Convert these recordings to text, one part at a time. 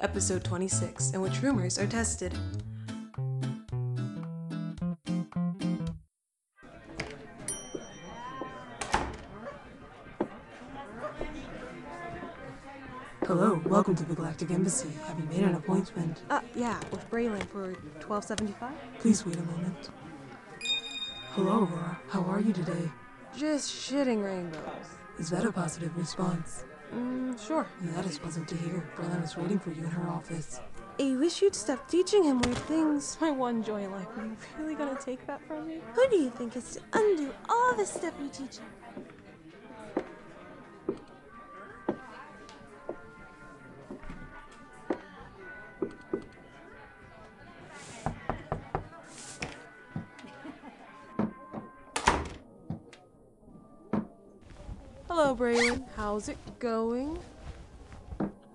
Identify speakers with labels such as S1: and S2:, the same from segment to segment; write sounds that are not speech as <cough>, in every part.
S1: episode 26, in which rumors are tested.
S2: Hello, welcome to the Galactic Embassy. Have you made an appointment?
S1: Uh, yeah, with Braylon for 1275?
S2: Please wait a moment. Hello, Aurora. How are you today?
S1: Just shitting rainbows.
S2: Is that a positive response?
S1: Mm, sure.
S2: That is pleasant to hear. Berlin is waiting for you in her office.
S1: I wish you'd stop teaching him weird things. <laughs> My one joy in life. Are you really gonna take that from me?
S3: Who do you think is to undo all the stuff you teach him?
S1: Hello, Braylon. How's it going?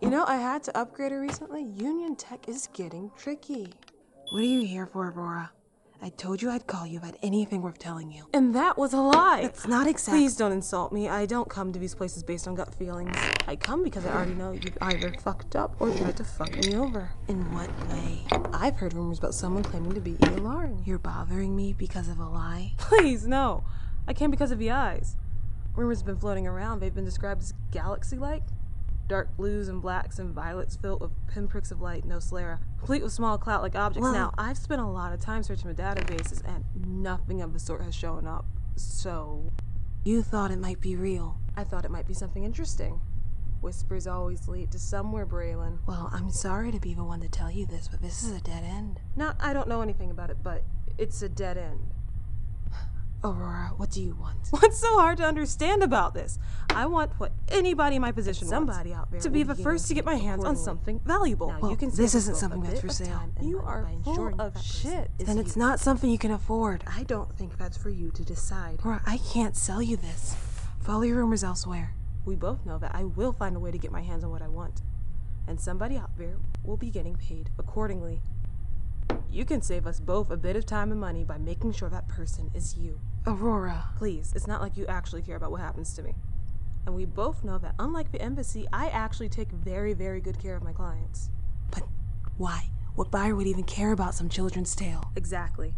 S1: You know, I had to upgrade her recently. Union Tech is getting tricky.
S2: What are you here for, Aurora? I told you I'd call you about anything worth telling you.
S1: And that was a lie.
S2: It's not exact.
S1: Please don't insult me. I don't come to these places based on gut feelings. I come because I already know you've either fucked up or tried to fuck me over.
S2: In what way?
S1: I've heard rumors about someone claiming to be Iolarian.
S2: You're bothering me because of a lie?
S1: Please, no. I came because of the eyes. Rumors have been floating around. They've been described as galaxy like. Dark blues and blacks and violets filled with pinpricks of light, no sclera, complete with small cloud like objects.
S2: Well-
S1: now, I've spent a lot of time searching the databases and nothing of the sort has shown up. So,
S2: You thought it might be real.
S1: I thought it might be something interesting. Whispers always lead to somewhere, Braylon.
S2: Well, I'm sorry to be the one to tell you this, but this is a dead end.
S1: Not, I don't know anything about it, but it's a dead end.
S2: Aurora, what do you want?
S1: What's so hard to understand about this? I want what anybody in my position
S2: Somebody
S1: wants,
S2: out there
S1: to
S2: will
S1: be
S2: be
S1: the
S2: getting
S1: first to get my hands on
S2: accordingly.
S1: something valuable.
S2: Well, you can this save isn't yourself a something that's bit for of sale. time and
S1: You
S2: money
S1: are
S2: by
S1: full
S2: ensuring
S1: of
S2: that person
S1: shit.
S2: Then it's not something you can afford.
S1: I don't think that's for you to decide.
S2: Aurora, I can't sell you this. Follow your rumors elsewhere.
S1: We both know that I will find a way to get my hands on what I want, and somebody out there will be getting paid accordingly. You can save us both a bit of time and money by making sure that person is you.
S2: Aurora.
S1: Please, it's not like you actually care about what happens to me. And we both know that, unlike the embassy, I actually take very, very good care of my clients.
S2: But why? What buyer would even care about some children's tale?
S1: Exactly.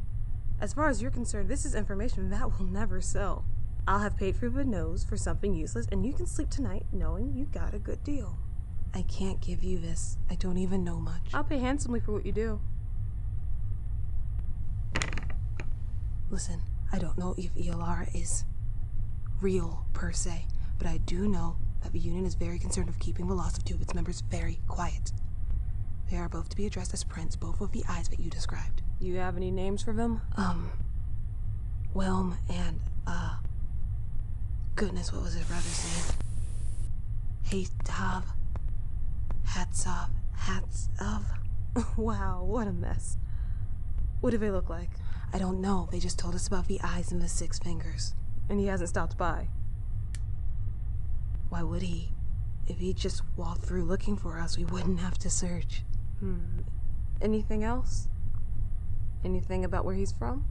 S1: As far as you're concerned, this is information that will never sell. I'll have paid through the nose for something useless, and you can sleep tonight knowing you got a good deal.
S2: I can't give you this. I don't even know much.
S1: I'll pay handsomely for what you do.
S2: Listen, I don't know if ELR is real per se, but I do know that the union is very concerned of keeping the loss of two of its members very quiet. They are both to be addressed as prints, both with the eyes that you described.
S1: You have any names for them? <laughs>
S2: Um, Whelm and, uh, goodness, what was his brother's name? Hatov. Hatsov. Hatsov.
S1: wow, what a mess. What do they look like?
S2: I don't know. They just told us about the eyes and the six fingers.
S1: And he hasn't stopped by.
S2: Why would he? If he just walked through looking for us, we wouldn't have to search.
S1: Hmm. Anything else? Anything about where he's from?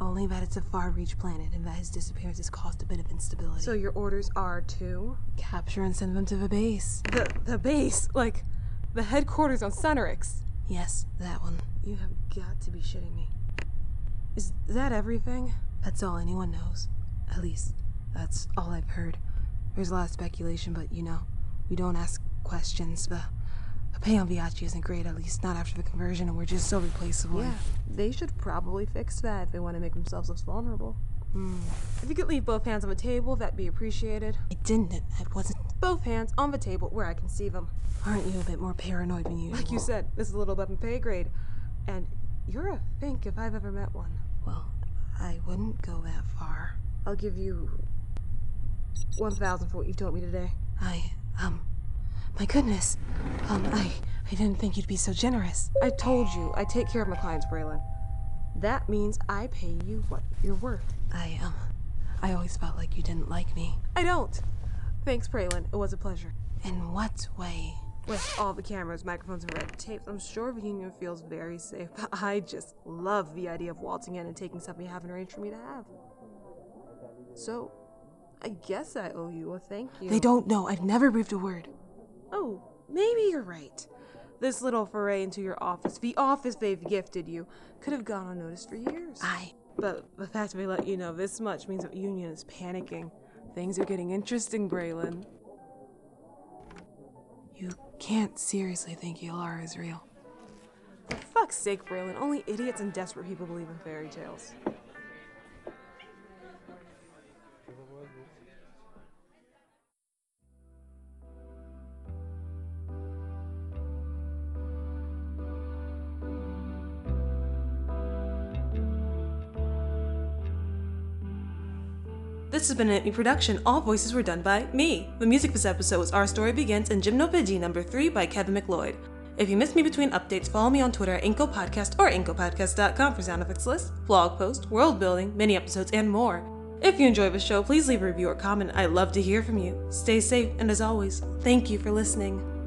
S2: Only that it's a far reach planet and that his disappearance has caused a bit of instability.
S1: So your orders are to
S2: capture and send them to the base.
S1: the the base, like the headquarters on Sunrix.
S2: Yes, that one.
S1: You have got to be shitting me. Is that everything?
S2: That's all anyone knows. At least, that's all I've heard. There's a lot of speculation, but you know, we don't ask questions. The, the pay on Viachi isn't great, at least not after the conversion, and we're just so replaceable.
S1: Yeah, they should probably fix that if they want to make themselves less vulnerable.
S2: Hmm.
S1: If you could leave both hands on the table, that'd be appreciated.
S2: I didn't. I wasn't.
S1: Both hands on the table where I can see them.
S2: Aren't you a bit more paranoid than usual?
S1: Like you said, this is a little above my pay grade. And you're a fink if I've ever met one.
S2: Well, I wouldn't go that far.
S1: I'll give you 1,000 for what you told me today.
S2: I, um, my goodness. Um, I, I didn't think you'd be so generous.
S1: I told you, I take care of my clients, Braylon. That means I pay you what you're worth.
S2: I, um, I always felt like you didn't like me.
S1: I don't. Thanks, Braylon. It was a pleasure.
S2: In what way?
S1: With all the cameras, microphones, and red tapes, I'm sure the union feels very safe, but <laughs> I just love the idea of waltzing in and taking something you haven't arranged for me to have. So, I guess I owe you a thank you.
S2: They don't know. I've never breathed a word.
S1: Oh, maybe you're right. This little foray into your office, the office they've gifted you, could have gone unnoticed for years.
S2: I.
S1: But the fact they let you know this much means that Union is panicking. Things are getting interesting, Braylon.
S2: You can't seriously think
S1: E
S2: Yolara is real.
S1: For fuck's sake, Braylon, only idiots and desperate people believe in fairy tales. This has been an Itme production. All voices were done by me. The music for this episode was Our Story Begins and Gymnopedia number 3 by Kevin McLeod. If you miss me between updates, follow me on Twitter at Inco Podcast or IncoPodcast.com for sound effects lists, blog posts, world building, mini episodes, and more. If you enjoy the show, please leave a review or comment. I love to hear from you. Stay safe, and as always, thank you for listening.